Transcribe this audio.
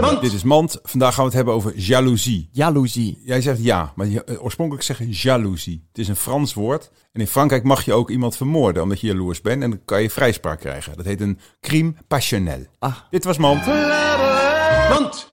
Mand. Dit is Mand. Vandaag gaan we het hebben over jaloezie. Jaloezie. Jij zegt ja, maar je- eh, oorspronkelijk zeggen jaloezie. Het is een Frans woord. En in Frankrijk mag je ook iemand vermoorden omdat je jaloers bent. En dan kan je vrijspraak krijgen. Dat heet een crime passionnel. Ah. Dit was Mand. Mand.